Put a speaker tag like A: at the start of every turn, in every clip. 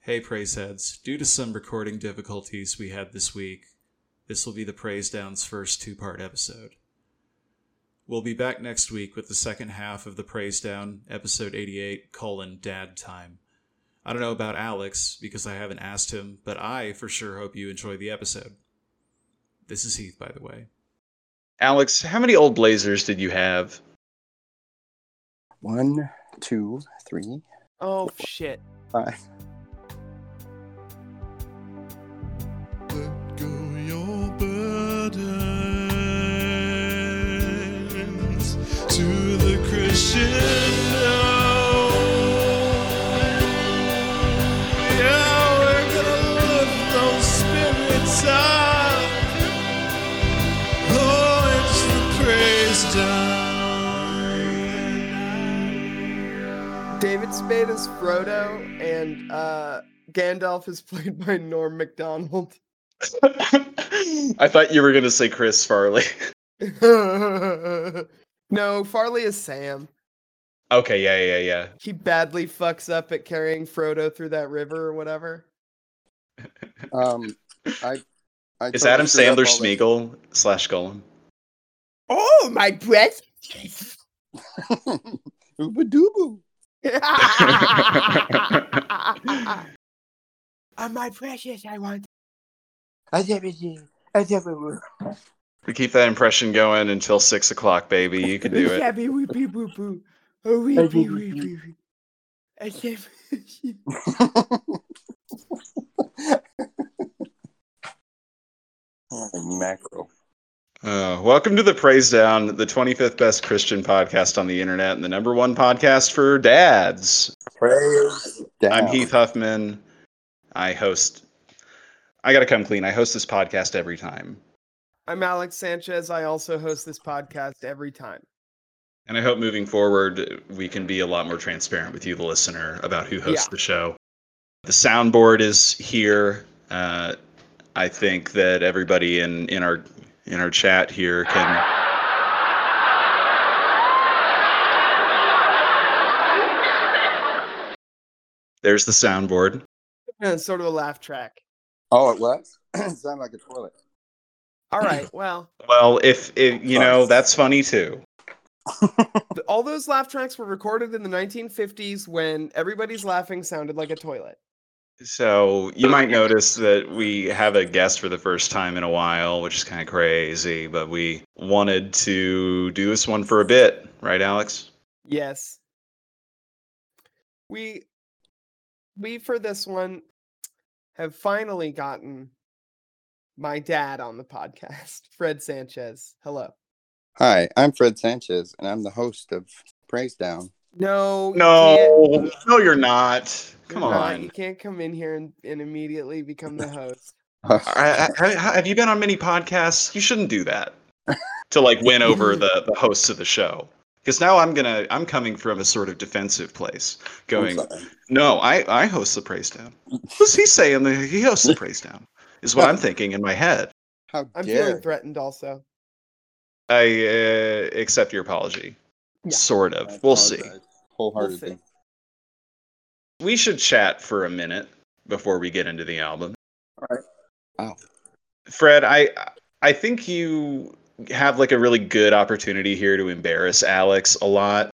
A: Hey, praise heads. Due to some recording difficulties we had this week, this will be the Praise Down's first two part episode. We'll be back next week with the second half of the Praise Down, episode 88, colon, dad time. I don't know about Alex, because I haven't asked him, but I for sure hope you enjoy the episode. This is Heath, by the way.
B: Alex, how many old blazers did you have?
C: One, two, three,
D: Oh shit.
C: five.
E: Let go your burdens to the Christian. now. Yeah, we're gonna lift those spirits up. Oh, it's the praise time.
D: David Spade is Frodo, and uh, Gandalf is played by Norm Macdonald.
B: I thought you were going to say Chris Farley.
D: no, Farley is Sam.
B: Okay, yeah, yeah, yeah.
D: He badly fucks up at carrying Frodo through that river or whatever.
C: Um, I, I
B: Is
C: totally
B: Adam
C: screwed up all
B: Sandler
C: this.
B: Smeagol slash Golem?
D: Oh, my breath!
C: Oobadooboo.
D: Ah, my precious, I want.
C: I never did. I never will.
B: We keep that impression going until six o'clock, baby. You can do it.
D: Shabby weepy boo boo. Oh, weepy weepy. wee. I can't-
C: Holy mackerel.
B: Uh, welcome to the Praise Down, the 25th best Christian podcast on the internet and the number one podcast for dads.
C: Praise.
B: I'm
C: down.
B: Heath Huffman. I host. I gotta come clean. I host this podcast every time,
D: I'm Alex Sanchez. I also host this podcast every time.
B: and I hope moving forward we can be a lot more transparent with you, the listener, about who hosts
D: Yeah.
B: the show. The soundboard is here. Uh, I think that everybody in in our in our chat here can. There's the soundboard.
D: Uh, sort of a laugh track.
C: Oh, it was? it sounded like a toilet.
D: All right. Well,
B: Well, if, if you know, that's funny too.
D: th- all those laugh tracks were recorded in the 1950s when everybody's laughing sounded like a toilet.
B: So you might notice that we have a guest for the first time in a while, which is kind of crazy, but we wanted to do this one for a bit, right, Alex?
D: Yes. We we for this one have finally gotten my dad on the podcast, Fred Sanchez. Hello.
C: Hi, I'm Fred Sanchez, and I'm the host of Praise Down.
D: No. you can't-
B: No, no, you're not. Come
D: you're not-
B: on.
D: You can't come in here and, and immediately become the host.
B: I- I- I- have you been on many podcasts? You shouldn't do that to like win over the, the hosts of the show. Because now I'm gonna I'm coming from a sort of defensive place, going,
C: I'm sorry.
B: No, I, I host the praise down. What's he saying? That he hosts the praise down is what I'm thinking in my head.
C: How
D: I'm
C: dare
D: feeling threatened also.
B: I uh, accept your apology,
D: Yeah.
B: sort
C: you. I
B: of. We'll see.
C: apologize Wholeheartedly.
D: We'll
B: We should chat for a minute before we get into the album.
C: All right. Wow.
B: Fred, I I think you have like a really good opportunity here to embarrass Alex a lot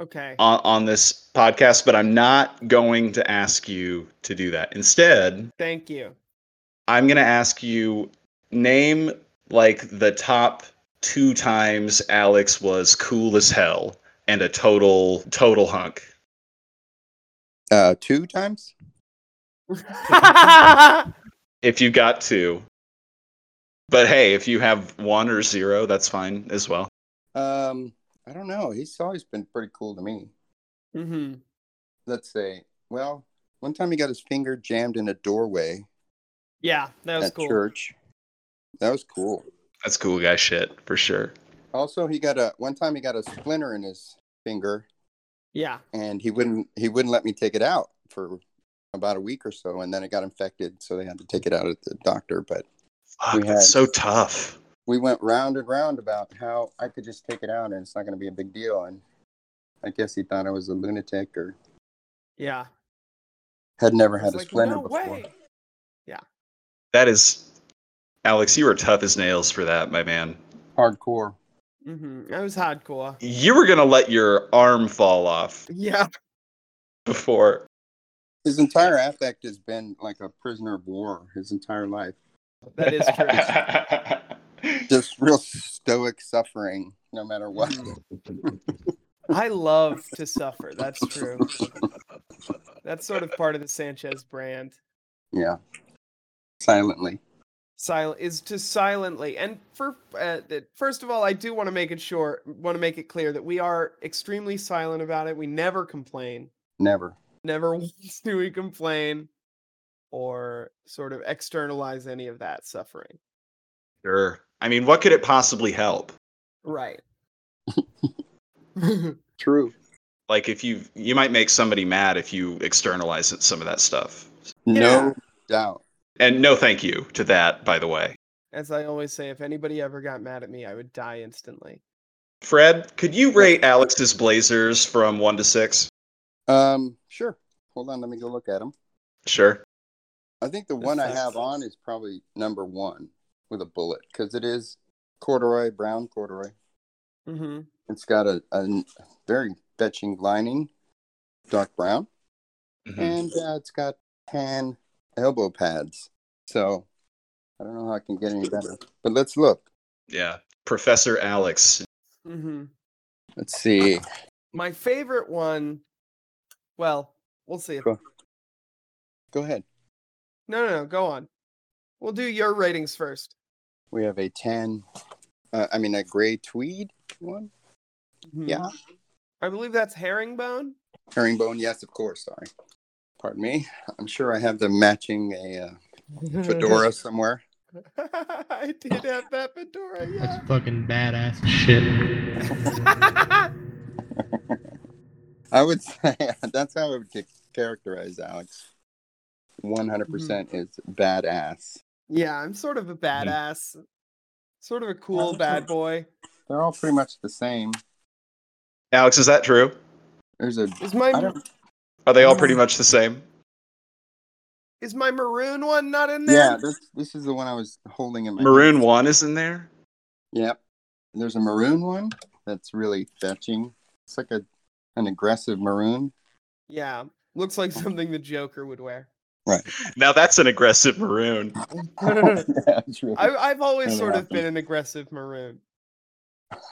D: Okay.
C: Um,
B: on, on this podcast, but I'm not going to ask you to do that. Instead,
D: Thank you.
B: I'm gonna ask you name like the top two times Alex was cool as hell and a total total hunk.
C: Uh, two times?
D: Mm-hmm,
B: If you got two. But hey, if you have one or zero, that's fine as well.
C: Um, I don't know. He's always been pretty cool to me.
D: hmm
C: Let's say, well, one time he got his finger jammed in a doorway
D: Yeah, that was
C: at
D: cool.
C: church. That was cool.
B: That's cool guy shit for sure.
C: Also, he got a one time he got a splinter in his finger,
D: Yeah.
C: and he wouldn't he wouldn't let me take it out for about a week or so, and then it got infected, so they had to take it out at the doctor. But
B: Fuck,
C: We
B: that's
C: had-
B: so tough.
C: we went round and round about how I could just take it out and it's not going to be a big deal. And I guess he thought I was a lunatic or
D: Yeah.
C: Had never
D: I was
C: had a
D: like,
C: Splendor
D: no
C: before.
D: way.
B: That is, Alex, you were tough as nails for that, my man.
C: Hardcore.
D: Mm-hmm. I was hardcore.
B: You were gonna let your arm fall off
D: Yeah.
B: before.
C: His entire affect has been like a prisoner of war his entire life.
D: That is true.
C: Just real stoic suffering, no matter what.
D: I love to suffer. That's true. That's sort of part of the Sanchez brand.
C: Yeah. Silently.
D: Sil- is to silently and for uh, that- first of all, I do want to make it sure, want to make it clear that we are extremely silent about it. We never complain.
C: Never.
D: Never once do we complain or sort of externalize any of that suffering.
B: Sure. I mean, what could it possibly help?
D: Right.
C: True.
B: Like, if you you might make somebody mad if you externalize it, some of that stuff.
D: Yeah.
C: No doubt.
B: And no, thank you to that, by the way.
D: As I always say, if anybody ever got mad at me, I would die instantly.
B: Fred, could you rate Alex's blazers from one to six?
C: Um, sure. Hold on, let me go look at him.
B: Sure.
C: I think the
D: That's
C: one I
D: nice.
C: have on is probably number one with a bullet because it is corduroy, brown corduroy.
D: Mm-hmm.
C: It's got a, a n- very fetching lining, dark brown,
B: Hmm. Mm-hmm.
C: and uh, it's got tan elbow pads. So I don't know how I can get any better. But let's look.
B: Yeah, Professor Alex.
D: Mm-hmm.
C: Let's see.
D: My favorite one. Well, we'll see. if-
C: Go- Go ahead.
D: No, no, no. Go on. We'll do your ratings first.
C: We have a tan. Uh, I mean, a gray tweed one.
D: Mhm.
C: Yeah.
D: I believe that's herringbone.
C: Herringbone. Yes, of course. Sorry. Pardon me. I'm sure I have the matching a uh,
D: Mm-hmm.
C: fedora somewhere.
D: I did have that fedora.
F: That's
D: Yeah.
F: fucking badass shit.
C: I would say that's how I would ca- characterize Alex. 100% percent is badass.
D: yeah, I'm sort of a badass, sort of a cool
C: Mm-hmm. that's
D: bad
C: nice.
D: boy.
C: They're all pretty much the same.
B: Alex, is that true?
C: There's a.
D: Is my
C: I don't,
B: Are they all pretty much the same?
D: is my maroon one not in
C: yeah,
D: there?
C: this, this is the one I was holding in my.
B: Maroon
C: hand.
B: One is in there.
C: Yep. There's a maroon one that's really fetching. It's like a an aggressive maroon.
D: Yeah, looks like something the Joker would wear.
B: Now that's an aggressive maroon.
D: I,
C: Oh, Yeah, it's really-
D: I've always
C: Really
D: sort of
C: awesome.
D: been an aggressive maroon.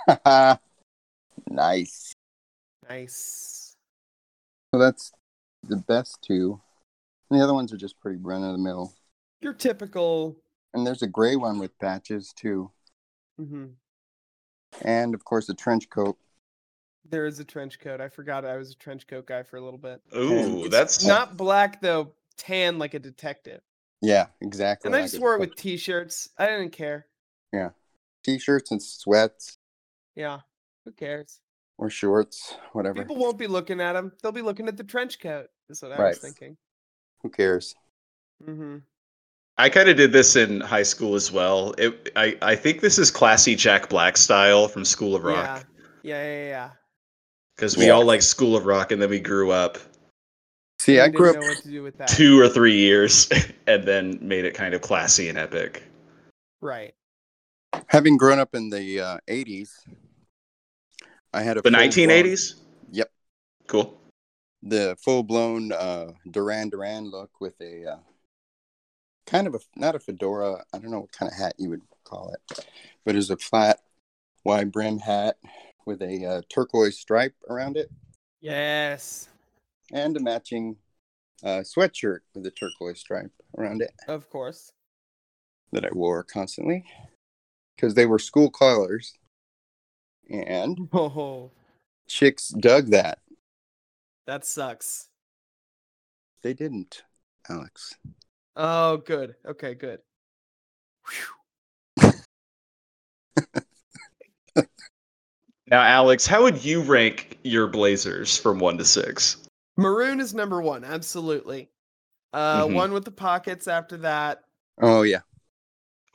C: nice.
D: Nice.
C: So that's the best two. And the other ones are just pretty run of the mill.
D: Your typical.
C: And there's a gray one with patches too.
D: hmm
C: And of course, a trench coat.
D: There is a trench coat. I forgot I was a trench coat guy for a little bit.
B: Ooh,
C: It's
B: that's
D: Not black though, tan like a detective.
C: Yeah, exactly.
D: And I
C: like
D: just
C: it.
D: wore it with t-shirts. I didn't care.
C: t-shirts and sweats
D: Yeah, who cares?
C: or shorts, whatever.
D: People won't be looking at them. They'll be looking at the trench coat. Is what I
C: Right.
D: was thinking.
C: Who cares?
D: Mm-hmm.
B: I kind of did this in high school as well. It, I, I think this is classy Jack Black style from School of
D: Yeah.
B: Rock
D: Yeah, yeah, yeah.
B: because we
C: Yeah.
B: all like School of Rock, and then we grew up
C: See,
D: You
C: I grew
D: didn't
C: up.
D: know what to do with that.
B: two or three years, and then made it kind of classy and epic.
D: Right.
C: Having grown up in the uh, 80s, I had a
B: The
C: full-blown-
B: 1980s.
C: Yep.
B: Cool.
C: the full blown uh, Duran Duran look with a uh, kind of a not a fedora. I don't know what kind of hat you would call it, but it's a flat, wide brim hat with a uh, turquoise stripe around it
D: Yes.
C: and a matching uh, sweatshirt with a turquoise stripe around it
D: Of course.
C: that I wore constantly because they were school colors, and
D: Oh,
C: chicks dug that.
D: that sucks.
C: They didn't, Alex.
D: Oh, good. Okay, good. Phew.
B: Now, Alex, how would you rank your blazers from one to six?
D: Maroon is number one, absolutely. Uh,
C: Mm-hmm.
B: Mhm.
D: one with the pockets. After that,
C: Oh yeah,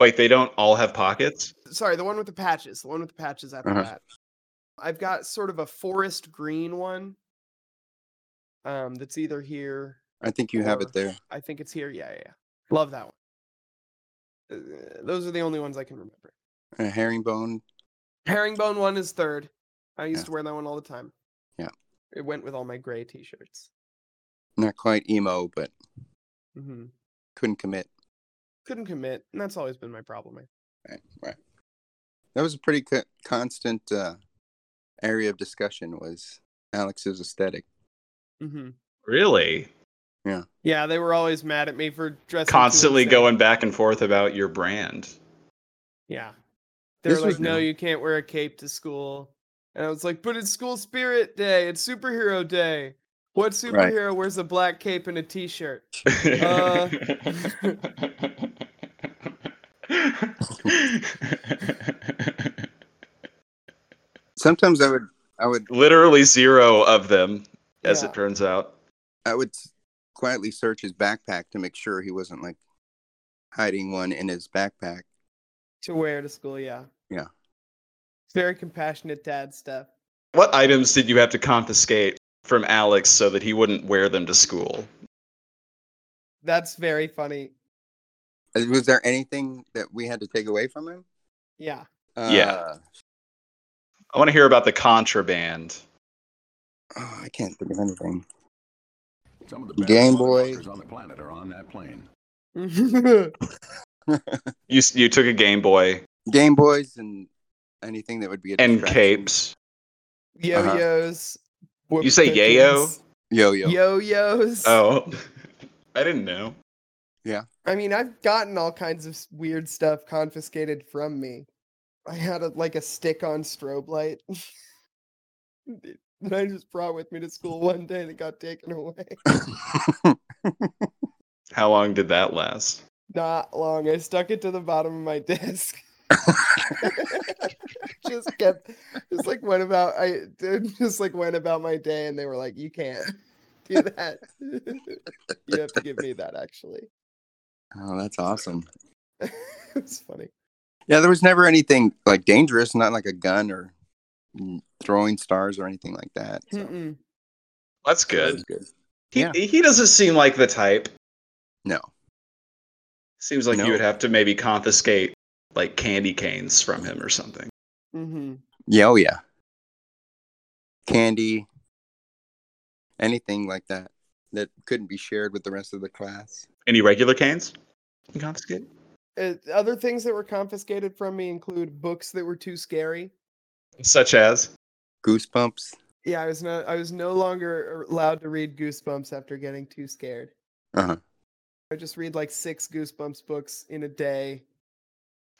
B: Wait, they don't all have pockets?
D: sorry, the one with the patches. The one with the patches after
C: Uh-huh.
D: that. I've got sort of a forest green one. Um, that's either here
C: I think you have
D: Or-
C: it there.
D: I think it's here. Yeah, yeah, yeah. Love that one. Uh, those are the only ones I can remember.
C: A herringbone.
D: Herringbone one is third. I used
C: Yeah.
D: to wear that one all the time.
C: Yeah.
D: It went with all my gray t-shirts.
C: Not quite emo, but
D: hmm
C: couldn't commit.
D: Couldn't commit, and that's always been my problem. I-
C: Right, right. That was a pretty co- constant uh, area of discussion was Alex's aesthetic.
D: Mhm.
B: Really?
D: Yeah, they were always mad at me for dressing too
B: Constantly
D: insane.
B: going back and forth about your brand.
D: Yeah. They're
C: This
D: like,
C: was
D: no,
C: new.
D: you can't wear a cape to school. And I was like, but it's school spirit day. It's superhero day.
C: Right.
D: What superhero wears a black cape and a t shirt? Uh.
C: Sometimes I would, I would,
B: Literally zero of them, as
D: Yeah.
B: it turns out.
C: I would s- quietly search his backpack to make sure he wasn't like hiding one in his backpack.
D: To wear to school, yeah.
C: Yeah.
D: It's very compassionate dad stuff.
B: What items did you have to confiscate from Alex so that he wouldn't wear them to school?
D: That's very funny.
C: Uh, Was there anything that we had to take away from him?
D: Yeah.
C: Uh,
B: Yeah. I want to hear about the contraband.
C: oh, I can't think of anything.
G: Some of the best
C: Game
G: motherfuckers
C: Boy.
G: on the planet are on that plane.
B: Uh-huh. You s- you took a Game Boy
C: Game Boys and anything that would be a
B: and
C: distraction.
B: capes.
D: Yo yo's.
B: You say yayo?
C: Yo-yo.
D: Yo yo's.
B: Oh, I didn't know.
D: I mean, I've gotten all kinds of s- weird stuff confiscated from me. I had a, like a stick-on strobe light that I just brought with me to school one day, and it got taken away.
B: How long did that last?
D: Not long. I stuck it to the bottom of my desk. just kept, just like went about. I did- just like went about my day, and they were like, "You can't do that. you have to give me that." Actually,
C: oh, that's awesome.
D: it's funny.
C: Yeah, there was never anything like dangerous, not like a gun or mm, throwing stars or anything like that. so that
D: Mm-mm.
B: That's
C: was
B: good.
C: good.
B: He
C: Yeah.
B: he doesn't seem like the type.
C: No.
B: Seems like
C: No.
B: you would have to maybe confiscate like candy canes from him or something.
D: Mm-hmm.
C: Yeah, oh yeah. Candy, anything like that that couldn't be shared with the rest of the class.
B: Any regular canes? You confiscate?
D: Uh, other things that were confiscated from me include books that were too scary.
B: Such as
C: Goosebumps.
D: Yeah, I was no, I was no longer allowed to read Goosebumps after getting too scared.
C: Uh-huh.
D: I just read like six Goosebumps books in a day.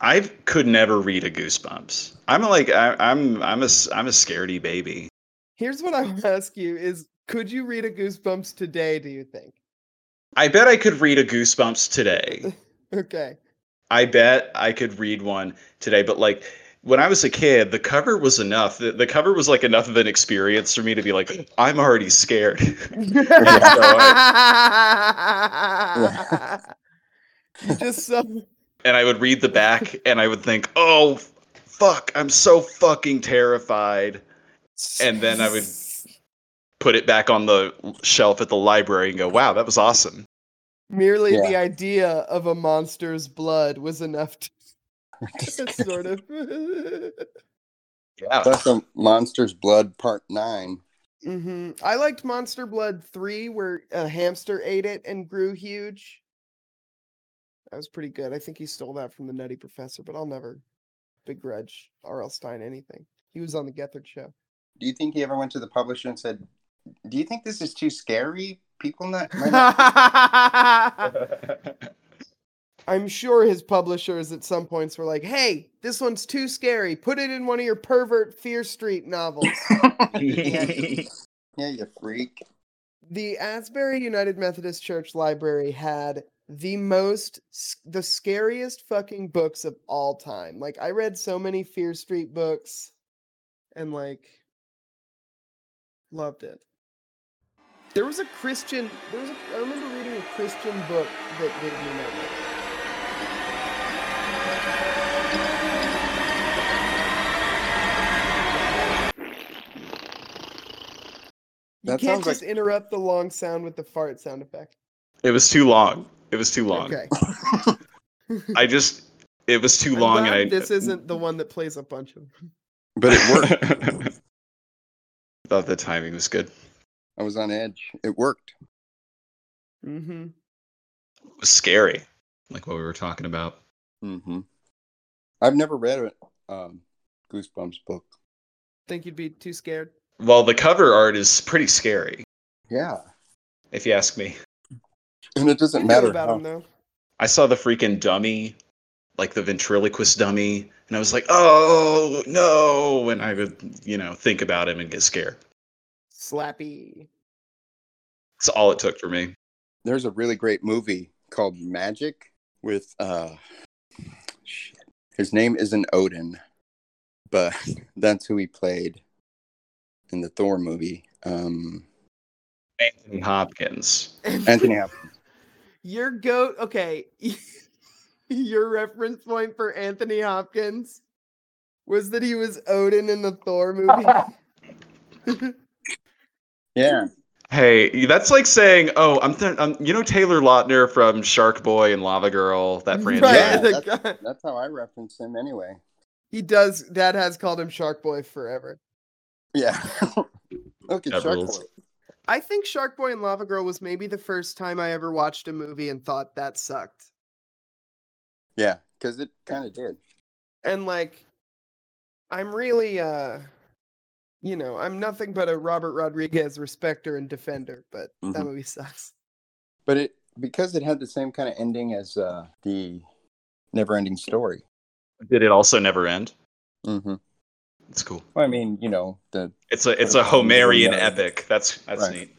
B: I could never read a Goosebumps. I'm like I, I'm I'm a s- I'm a scaredy baby.
D: Here's what I would ask you: Is could you read a Goosebumps today? Do you think?
B: I bet I could read a Goosebumps today.
D: Okay.
B: I bet I could read one today, but like when I was a kid, the cover was enough. The, the cover was like enough of an experience for me to be like, I'm already scared.
D: you just sum-
B: and I would read the back and I would think, oh, fuck, I'm so fucking terrified. And then I would put it back on the shelf at the library and go, wow, that was awesome.
D: merely
C: Yeah.
D: the idea of a monster's blood was enough to sort of.
B: Yeah.
C: That's a Monsters Blood Part Nine.
D: hmm I liked Monster Blood 3, where a hamster ate it and grew huge. That was pretty good. I think he stole that from the Nutty Professor, but I'll never begrudge R.L. Stein anything. He was on the Gethard show.
C: Do you think he ever went to the publisher and said, "Do you think this is too scary? People not." might not
D: I'm sure his publishers at some points were like, hey, this one's too scary. Put it in one of your pervert Fear Street novels.
C: Yeah, you freak.
D: the Asbury United Methodist Church Library had the most s- the scariest fucking books of all time. Like I read so many Fear Street books and like loved it. There was a Christian there was a I remember reading a Christian book that gave me nightmares.
C: That
D: you can't
C: sounds like-
D: just interrupt the long sound with the fart sound effect.
B: It was too long. It was too long.
D: Okay.
B: I just it was too
D: I'm
B: long, and
D: glad
B: I
D: this isn't the one that plays a bunch of.
C: But it worked.
B: thought the timing was good.
C: I was on edge. It worked.
D: Mm-hmm.
B: It was scary, like what we were talking about.
C: Mm-hmm. I've never read a um, Goosebumps book.
D: Think you'd be too scared?
B: Well, the cover art is pretty scary,
C: Yeah,
B: if you ask me.
C: and it
D: You
C: doesn't
D: know
C: matter
D: about
C: how.
D: him though.
B: I saw the freaking dummy, like the ventriloquist dummy, and I was like, "Oh no!" And I would, you know, think about him and get scared.
D: Slappy.
B: That's all it took for me.
C: There's a really great movie called Magic with uh, shit. his name isn't Odin, but that's who he played in the Thor movie. Um,
B: Anthony Hopkins.
C: Anthony Hopkins.
D: Your goat. Okay. Your reference point for Anthony Hopkins was that he was Odin in the Thor movie.
C: Yeah,
B: Hey, that's like saying, "Oh, I'm, th- I'm you know Taylor Lautner from Shark Boy and Lava Girl, that
D: Right,
B: franchise."
D: the
C: that's-
D: guy-
C: that's how I reference him anyway.
D: He does. Dad has called him Shark Boy forever.
C: Yeah. Look at
B: That
C: Shark
B: rules.
C: Boy.
D: I think Shark Boy and Lava Girl was maybe the first time I ever watched a movie and thought that sucked.
C: Yeah, because it kind of did.
D: and like i'm really uh you know i'm nothing but a robert rodriguez respecter and defender but that
C: Mhm.
D: movie sucks
C: But it because it had the same kind of ending as uh, the never ending story.
B: Did it also never end?
C: Mm-hmm.
B: It's cool.
C: Well, I mean, you know, the
B: It's a it's a Homerian epic. That's that's
C: Right.
B: neat.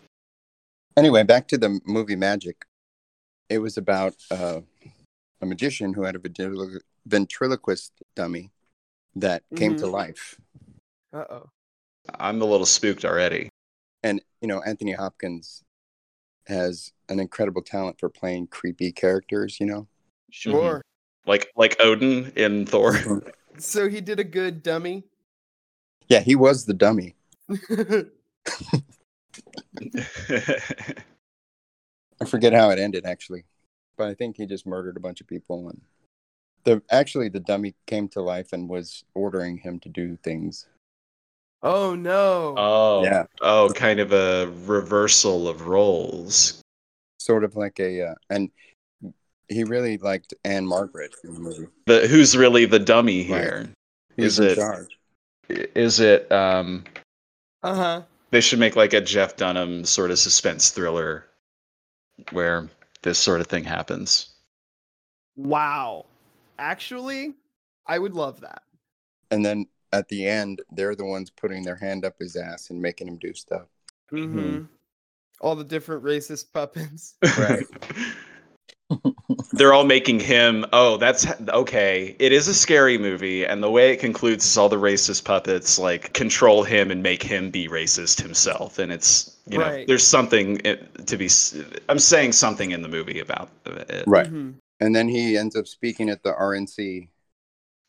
C: anyway, back to the movie Magic. It was about uh, a magician who had a ventrilo- ventriloquist dummy that came to
D: Mhm.
C: life.
D: uh-oh
B: I'm a little spooked already.
C: And, you know, Anthony Hopkins has an incredible talent for playing creepy characters, you know?
D: sure
B: Like like Odin in Thor.
D: so he did a good dummy
C: Yeah, he was the dummy. I forget how it ended actually, but I think he just murdered a bunch of people and the actually the dummy came to life and was ordering him to do things.
D: oh no
B: oh
C: Yeah.
B: Oh, kind of a reversal of roles.
C: Sort of like a uh, and he really liked Anne Margaret in the movie.
B: The who's really the dummy here?
C: He was
B: Is
C: in
B: it-
C: charge.
B: I- Is it um
D: uh-huh
B: they should make like a Jeff Dunham sort of suspense thriller where this sort of thing happens.
D: wow actually i would love that
C: And then at the end, they're the ones putting their hand up his ass and making him do stuff.
D: Mhm. all the different racist puppets
C: Right.
B: They're all making him, oh, that's okay. It is a scary movie, and the way it concludes is all the racist puppets like control him and make him be racist himself. And it's, you know,
D: Right.
B: there's something it, to be, s- I'm saying something in the movie about it.
C: Right.
D: Mhm.
C: And then he ends up speaking at the RNC.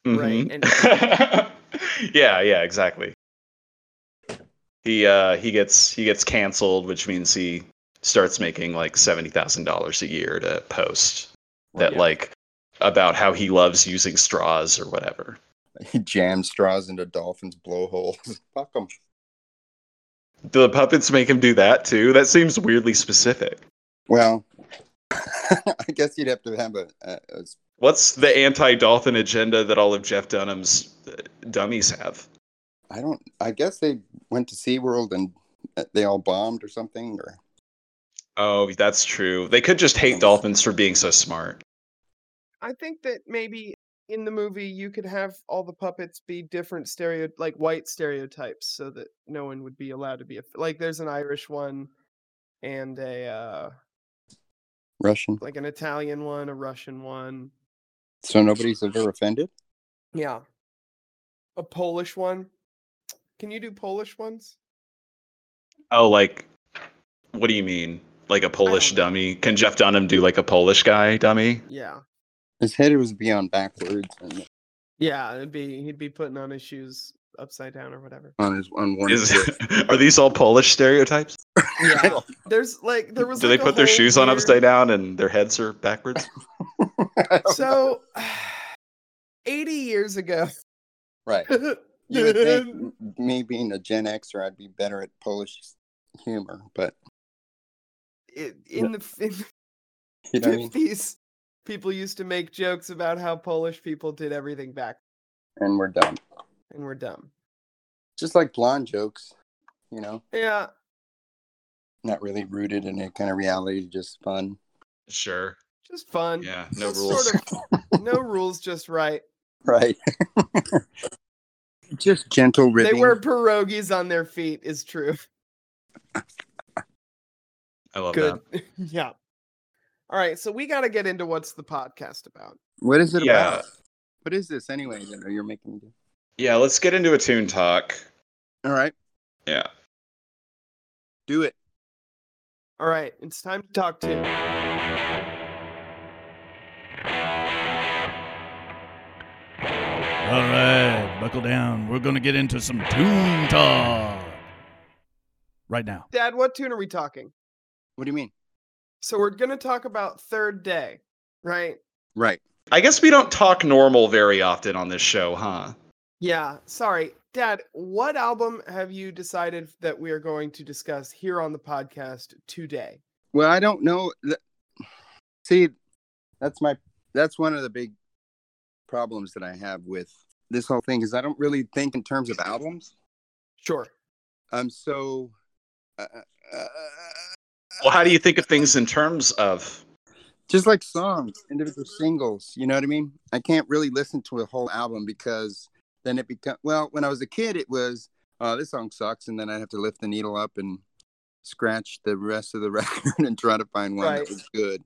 D: Right,
B: Mhm. yeah, yeah, exactly. He uh he gets he gets canceled, which means he starts making like seventy thousand dollars a year to post that
C: Yeah.
B: like about how he loves using straws or whatever.
C: He jams straws into dolphins' blowholes. Fuck him.
B: Do the puppets make him do that too? That seems weirdly specific.
C: Well, I guess you'd have to have a, a, a
B: What's the anti-dolphin agenda that all of Jeff Dunham's uh, dummies have?
C: I don't. I guess they went to SeaWorld and uh, they all bombed or something. Or
B: Oh, that's true. They could just hate dolphins for being so smart.
D: i think that maybe in the movie you could have all the puppets be different stereo like white stereotypes so that no one would be allowed to be a, like there's an irish one and a uh
C: Russian.
D: like an italian one a russian one
C: So nobody's ever offended.
D: yeah a polish one can you do polish ones
B: Oh, like, what do you mean? Like a Polish
D: know.
B: dummy? Can Jeff Dunham do like a Polish guy dummy?
D: yeah
C: His head was beyond backwards, and
D: yeah it'd be he'd be putting on his shoes upside down or whatever.
C: on his on one.
B: Is,
C: foot.
B: are these all Polish stereotypes?
D: Yeah, there's like there was.
B: Do
D: like,
B: they
D: a
B: put their
D: whole
B: shoes on
D: weird-
B: upside down and their heads are backwards?
D: So, eighty years ago.
C: right. You would think m- me being a Gen Xer, I'd be better at Polish humor, but
D: it- in the in the
C: you know what I mean?
D: fifties, people used to make jokes about how Polish people did everything back
C: And we're dumb.
D: and were dumb.
C: Just like blonde jokes, you know,
D: Yeah,
C: not really rooted in any kind of reality, just fun.
B: Sure.
D: just fun.
B: Yeah. No
D: Just
B: rules.
D: Sort of, no rules, just right.
C: Right. just gentle ribbing.
D: They wear pierogies on their feet. Is true.
B: I love
D: Good.
B: that.
D: yeah. All right, so we got to get into what's the podcast about.
C: What is it
B: Yeah.
C: about? What is this anyway that you're making? me do?
B: Yeah. Let's get into a tune talk.
C: All right,
B: Yeah.
C: do it.
D: All right, it's time to talk to.
E: All right, buckle down. We're gonna get into some tune talk right now.
D: Dad, what tune are we talking?
C: What do you mean?
D: So we're going to talk about Third Day, right?
C: Right.
B: I guess we don't talk normal very often on this show, huh?
D: Yeah, sorry. Dad, what album have you decided that we are going to discuss here on the podcast today?
C: Well, I don't know. th- See, that's my that's one of the big problems that I have with this whole thing is I don't really think in terms of albums.
D: Sure.
C: I'm so. Uh, uh,
B: Well, how do you think of things in terms of?
C: just like songs, individual singles. You know what I mean? I can't really listen to a whole album because then it becomes. Well, when I was a kid, it was, oh, this song sucks, and then I'd have to lift the needle up and scratch the rest of the record and try to find one
D: Right.
C: that was good.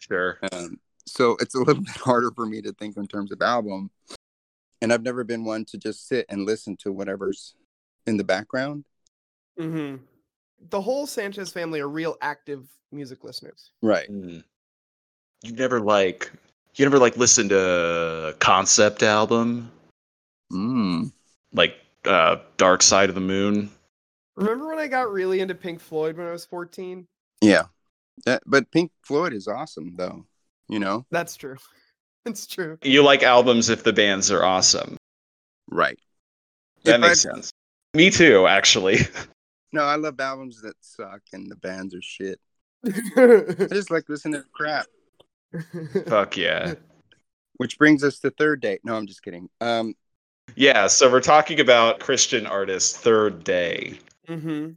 B: Sure.
D: Uh,
C: Um, so it's a little bit harder for me to think in terms of album. And I've never been one to just sit and listen to whatever's in the background.
D: Mhm. The whole Sanchez family are real active music listeners.
C: Right.
B: Hmm. You never like. You never like listen to a concept album
C: Mm.
B: like uh, Dark Side of the Moon.
D: Remember when I got really into Pink Floyd when I was 14?
C: Yeah. That, but Pink Floyd is awesome, though. You know?
D: That's true. It's true.
B: You like albums if the bands are awesome.
C: Right.
B: That
C: If
B: makes
C: I-
B: sense. Me too, actually.
C: No, I love albums that suck and the bands are shit. I just like listening to crap.
D: Mm-hmm.
B: Fuck yeah.
C: Which brings us to third date. No, I'm just kidding. Um,
B: Yeah, so we're talking about Christian artist Third Day.
D: hmm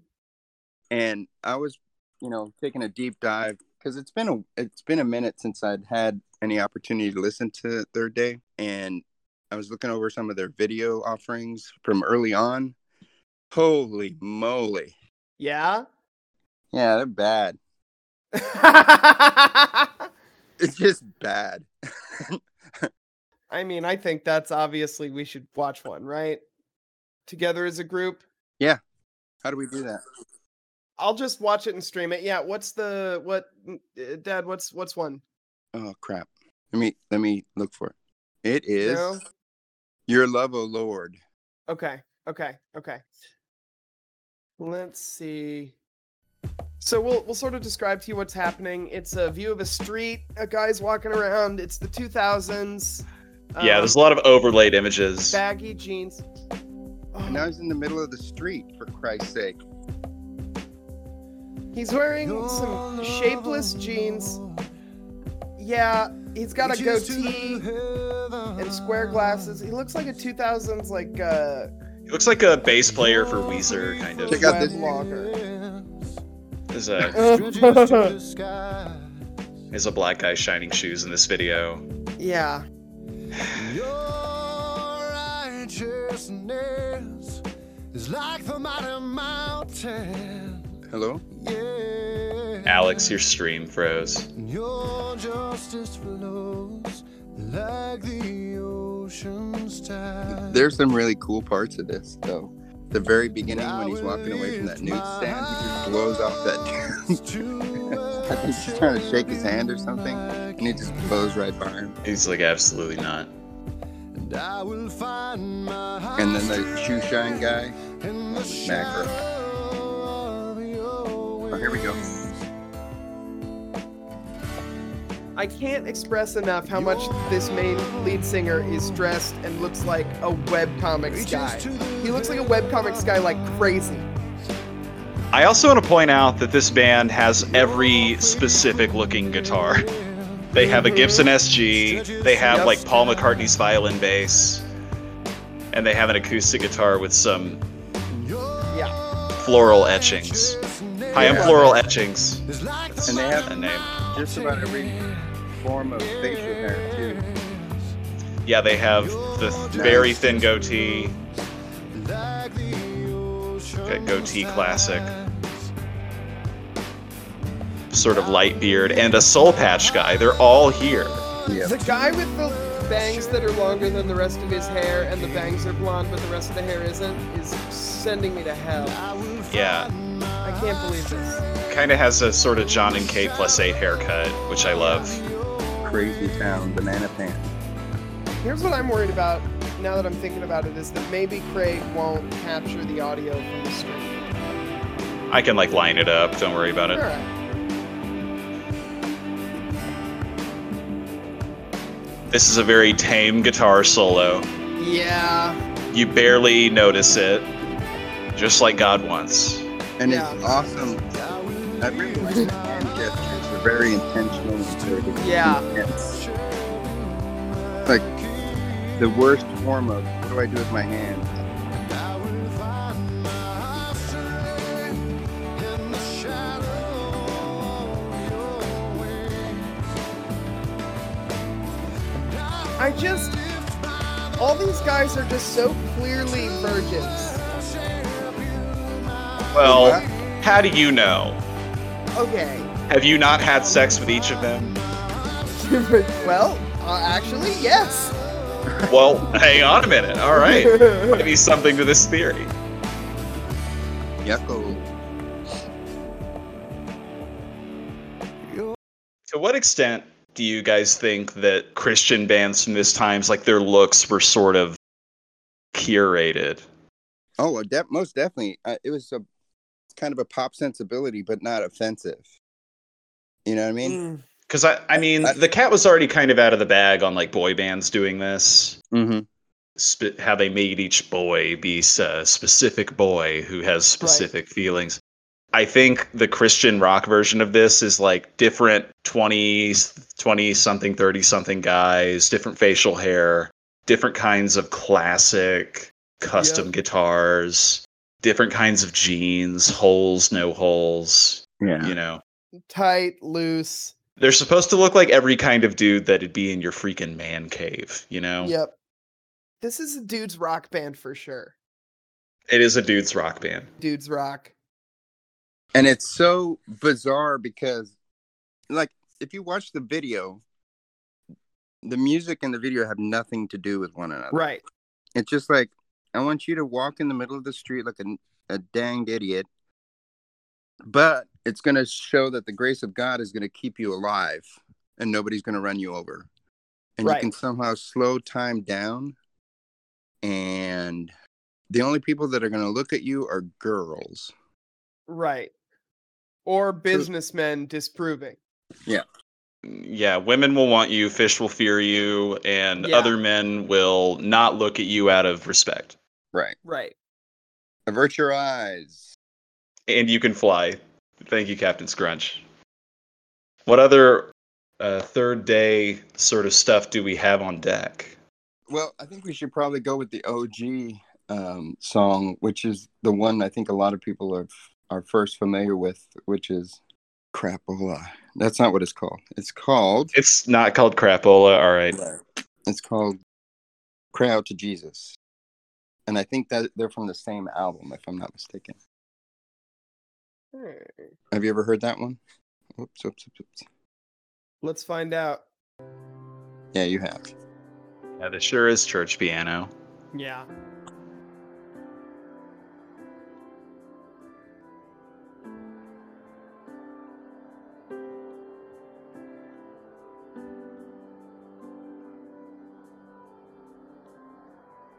C: and I was, you know, taking a deep dive because it's been a it's been a minute since I'd had any opportunity to listen to Third Day, and I was looking over some of their video offerings from early on. Holy moly!
D: Yeah.
C: Yeah, they're bad.
D: I
C: It's just bad.
D: mean, I think that's obviously we should watch one, right? Together as a group.
C: How do we do that?
D: I'll just watch it and stream it. Yeah, what's the what n- uh, dad, what's what's one?
C: Oh crap! Let me let me look for it. It is
D: No?
C: your love, O Lord.
D: Okay. Okay. Okay. Let's see. So we'll we'll sort of describe to you what's happening. It's a view of a street, a guy's walking around. It's the 2000s.
B: yeah,
D: um,
B: there's a lot of overlaid images.
D: baggy jeans.
C: And now
D: Oh,
C: he's in the middle of the street. For Christ's sake!
D: he's wearing some shapeless jeans. Yeah, he's got a goatee and square glasses. He looks like a 2000s like uh
B: He looks like a bass player for Weezer, kind of.
C: Check out this-
D: vlogger.
B: Is a is a black guy shining shoes in this video.
D: yeah.
E: Your righteousness is like the mighty mountain.
C: Hello.
E: Yeah.
B: Alex, your stream froze.
E: And Your justice flows like the ocean's tide.
C: There's some really cool parts of this, though. The very beginning when he's walking away from that newsstand, he just blows off that dude. I think he's trying to shake his hand or something, and he just blows right by him.
B: He's like, absolutely not.
H: I will find my
C: And then the shoe shine guy.
H: in the
C: Macro.
H: shadow of your
C: Oh, here we go.
D: I can't express enough how much this main lead singer is dressed and looks like a webcomics guy. He looks like a webcomics guy like crazy.
B: I also want to point out that this band has every specific looking guitar. They have a Gibson SG, they have
D: Yep.
B: like Paul McCartney's violin bass, and they have an acoustic guitar with some
D: Yeah.
B: floral etchings. Hi, I'm
C: Yeah.
B: floral etchings.
C: And they have
B: A name.
C: just about every form of facial hair too.
B: Yeah, they have the th- very thin goatee. That goatee classic. Sort of light beard and a soul patch guy. They're all here.
C: Yeah.
D: The guy with the bangs that are longer than the rest of his hair and the bangs are blonde but the rest of the hair isn't is sending me to hell.
B: Yeah.
D: I can't believe this.
B: Kind of has a sort of John and K plus eight haircut, which I love.
C: Crazy town, banana pants.
D: Here's what I'm worried about now that I'm thinking about it is that maybe Craig won't capture the audio from the stream.
B: I can like line it up. Don't worry about
D: All
B: it.
D: right.
B: This is a very tame guitar solo.
D: Yeah.
B: You barely notice it, just like God wants.
C: And
D: Yeah.
C: it's awesome. I really like the hand gestures. They're very intentional and very
D: Yeah.
C: intense. Like the worst form of what do I do with my hand?
D: I just all these guys are just so clearly virgins.
B: Well, how do you know?
D: Okay.
B: Have you not had sex with each of them?
D: well, uh, actually, yes.
B: Well, hang on a minute. All right. Might be something to this theory.
C: Yucko.
B: To what extent do you guys think that Christian bands from this times, like their looks were sort of curated?
C: Oh, well, de- most definitely. Uh, it was a kind of a pop sensibility, but not offensive. You know what I mean?
D: Mm,
B: Because I, I mean,
C: I-
B: the cat was already kind of out of the bag on like boy bands doing this.
D: Mm.
C: Mm-hmm.
B: Sp- how they made each boy be s- a specific boy who has specific feelings. I think the Christian rock version of this is like different 20s, 20 something, 30 something guys, different facial hair, different kinds of classic custom guitars, different kinds of jeans, holes, no holes,
C: Yeah.
B: you know.
D: Tight, loose.
B: They're supposed to look like every kind of dude that'd be in your freaking man cave, you know?
D: Yep. This is a dude's rock band for sure.
B: It is a dude's rock band.
D: Dude's rock.
C: And it's so bizarre because, like, if you watch the video, the music and the video have nothing to do with one another.
D: Right.
C: It's just like I want you to walk in the middle of the street like a, a danged idiot, but it's going to show that the grace of God is going to keep you alive, and nobody's going to run you over, and you
D: Right.
C: can somehow slow time down, and the only people that are going to look at you are girls.
D: Right. Or businessmen disproving.
B: yeah, women will want you, fish will fear you, and
D: Yeah.
B: other men will not look at you out of respect.
C: Right.
D: Right.
C: Avert your eyes.
B: And you can fly. Thank you, Captain Scrunch. What other uh, third day sort of stuff do we have on deck?
C: Well, I think we should probably go with the OG um, song, which is the one I think a lot of people are are first familiar with, which is Crapola. That's not what it's called. It's called
B: It's not called crapola, all right.
C: it's called Cry Out to Jesus, and I think that they're from the same album, if I'm not mistaken.
D: Alright,
C: Have you ever heard that one? Oops, oops, oops, oops.
D: Let's find out.
C: Yeah, you have.
B: Yeah, this sure is church piano.
D: Yeah.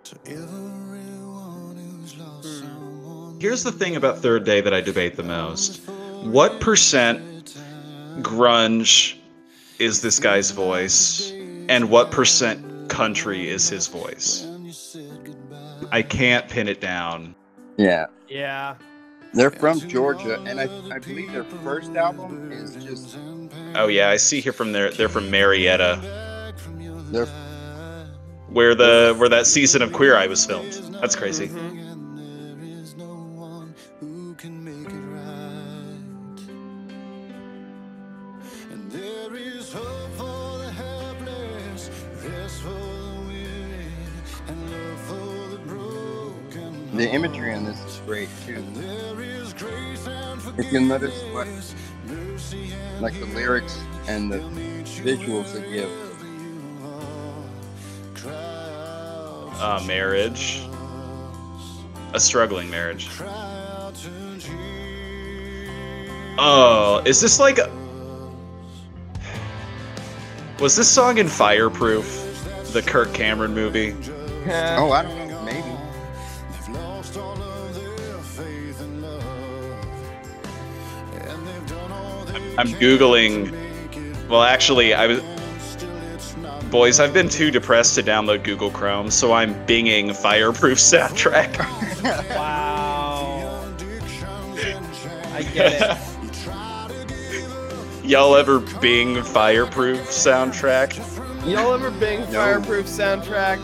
H: to everyone who's lost someone.
B: Hmm. Here's the thing about Third Day that I debate the most. What percent grunge is this guy's voice, and what percent country is his voice? I can't pin it down.
C: Yeah.
D: Yeah.
C: They're from Georgia, and I, I believe their first album is just
B: Oh yeah, I see here from there. They're from Marietta,
C: their
B: where the where that season of Queer Eye was filmed. That's crazy.
D: Mm-hmm.
H: who can make it right. And there is hope for the helpless, rest for the weary, and love for the broken.
C: the imagery on this is great too.
H: There is grace and
C: If you notice what
H: mercy and
C: like the lyrics and the visuals they give.
B: Uh, marriage, a struggling marriage. Oh, is this like? A... Was this song in Fireproof, the Kirk Cameron movie?
C: Oh, I don't know, maybe.
H: They've lost all of their faith and love. And they've done all they
B: I'm googling. Well, actually, I was. Boys, I've been too depressed to download Google Chrome, so I'm binging Fireproof soundtrack.
D: Wow. I get it.
B: Y'all ever Bing Fireproof soundtrack?
D: Y'all ever bing fireproof soundtrack?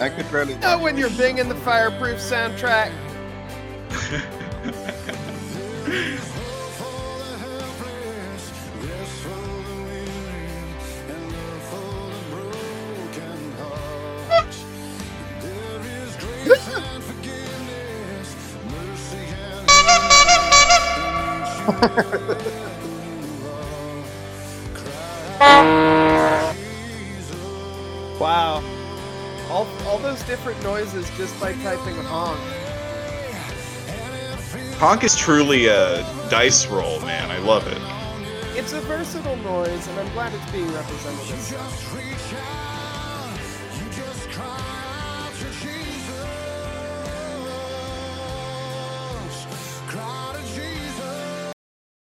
C: I could barely.
D: Not when you're binging the fireproof soundtrack. Wow. All, all those different noises just by typing honk.
B: Honk is truly a dice roll, man. I love it.
D: It's a versatile noise, and I'm glad it's being represented. as such.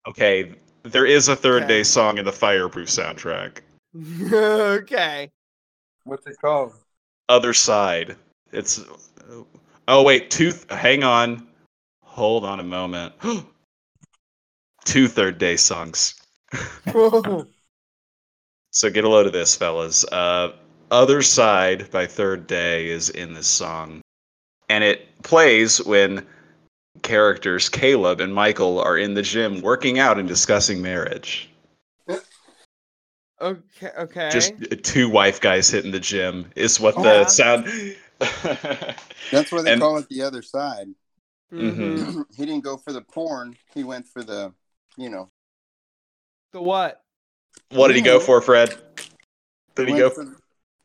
B: Okay, there is a third
D: Okay.
B: day song in the Fireproof soundtrack.
D: okay.
C: What's it called?
B: Other side. It's. Oh wait, two. Hang on. Hold on a moment. two third day songs.
D: Whoa.
B: So get a load of this, fellas. Uh, Other Side by Third Day is in this song. And it plays when characters Caleb and Michael are in the gym working out and discussing marriage.
D: Okay. Okay.
B: Just two wife guys hitting the gym is what the
D: Yeah.
B: sound.
C: That's why they
B: And-
C: call it the other side.
D: Mm-hmm.
B: Mhm.
C: he didn't go for the porn. He went for the, you know.
D: The what?
B: what did he go for, Fred? Did he
C: went
B: go
C: for the-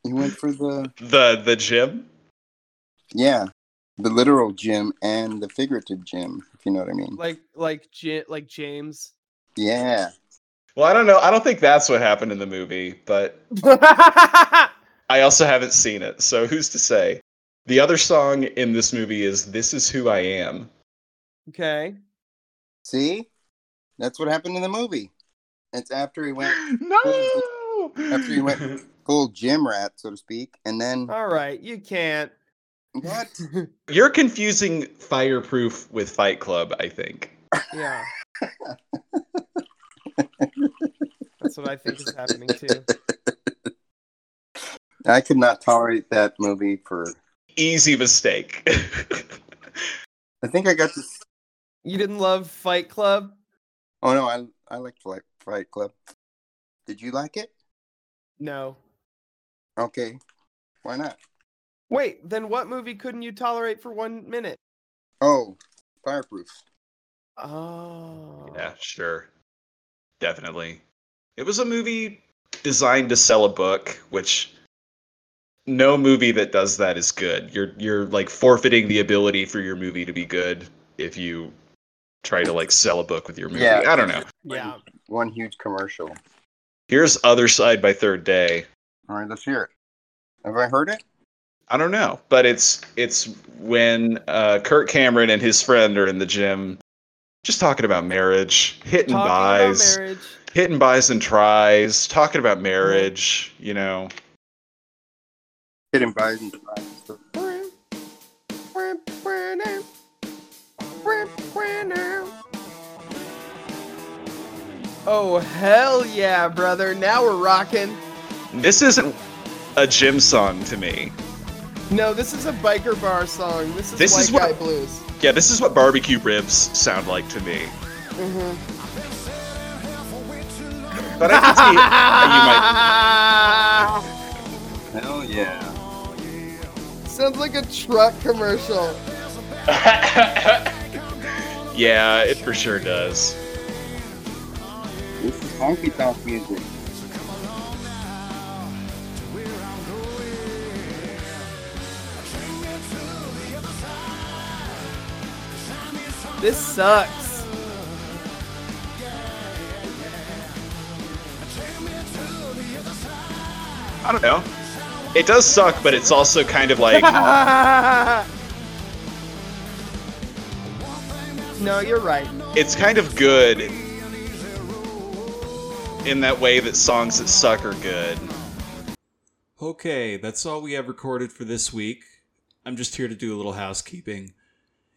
C: he went for the
B: the the gym?
C: yeah, the literal gym and the figurative gym. If you know what I mean.
D: Like like J- like James.
C: Yeah.
B: Well, I don't know. I don't think that's what happened in the movie, but I also haven't seen it, so who's to say? The other song in this movie is This Is Who I Am.
D: okay.
C: See, that's what happened in the movie. It's after he went
B: No!
C: after he went full gym rat, so to speak, and then
D: All right. You can't.
C: what?
B: You're confusing Fireproof with Fight Club, I think.
D: Yeah. That's what I think is happening too.
C: I could not tolerate that movie for.
B: Easy mistake.
C: I think I got this.
D: You didn't love Fight Club?
C: Oh no, I I liked Fight Fight Club. Did you like it?
D: No.
C: Okay, why not?
D: Wait, then what movie couldn't you tolerate for one minute?
C: Oh, Fireproof.
D: Oh.
B: yeah, sure. Definitely. It was a movie designed to sell a book, which no movie that does that is good. You're you're like forfeiting the ability for your movie to be good if you try to like sell a book with your movie.
C: Yeah.
B: I don't know.
D: Yeah.
C: One huge commercial.
B: Here's Other Side by Third Day.
C: All right, let's hear it. Have I heard it?
B: I don't know, but it's it's when uh, Kurt Cameron and his friend are in the gym, just talking about marriage, hitting
D: Talking about
B: buys,
D: marriage.
B: hitting buys and tries, talking about marriage. You know,
C: Hitting Biden. Biden.
D: Oh hell yeah, brother! Now we're rocking.
B: this isn't a gym song to me.
D: No, this is a biker bar song. This is
B: This
D: white
B: is what-
D: guy blues.
B: Yeah, this is what barbecue ribs sound like to me. But I can see you might.
C: Hell yeah.
D: Sounds like a truck commercial.
B: Yeah, it for sure does.
C: This is honky tonk music.
D: This sucks.
B: I don't know. It does suck, but it's also kind of like
D: no, you're right.
B: it's kind of good in that way that songs that suck are good.
A: Okay, that's all we have recorded for this week. I'm just here to do a little housekeeping.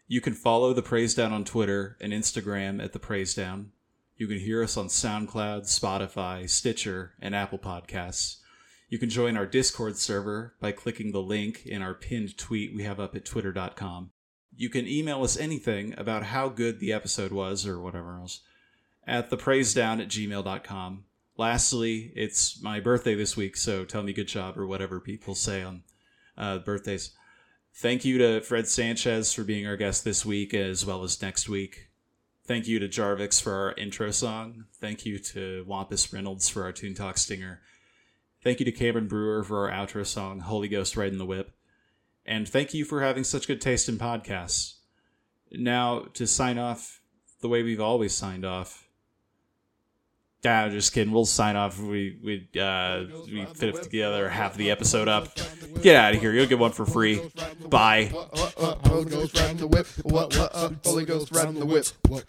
A: You can follow The Praise Down on Twitter and Instagram at The Praise Down. You can hear us on SoundCloud, Spotify, Stitcher, and Apple Podcasts. You can join our Discord server by clicking the link in our pinned tweet we have up at twitter.com. You can email us anything about how good the episode was or whatever else at thepraisedown at gmail.com. Lastly, it's my birthday this week, so tell me good job or whatever people say on uh, birthdays. Thank you to Fred Sanchez for being our guest this week as well as next week. Thank you to Jarvix for our intro song. Thank you to Wampus Reynolds for our Toon Talk Stinger. Thank you to Cameron Brewer for our outro song, Holy Ghost Riding the Whip. And thank you for having such good taste in podcasts. Now, to sign off the way we've always signed off, Nah, I'm just kidding. We'll sign off. We we uh we fit up together half of the episode up. Get out of here. You'll get one for free. Bye.
H: What, what, what, Holy Ghost riding the whip. What, what, uh, Holy Ghost riding the whip. What,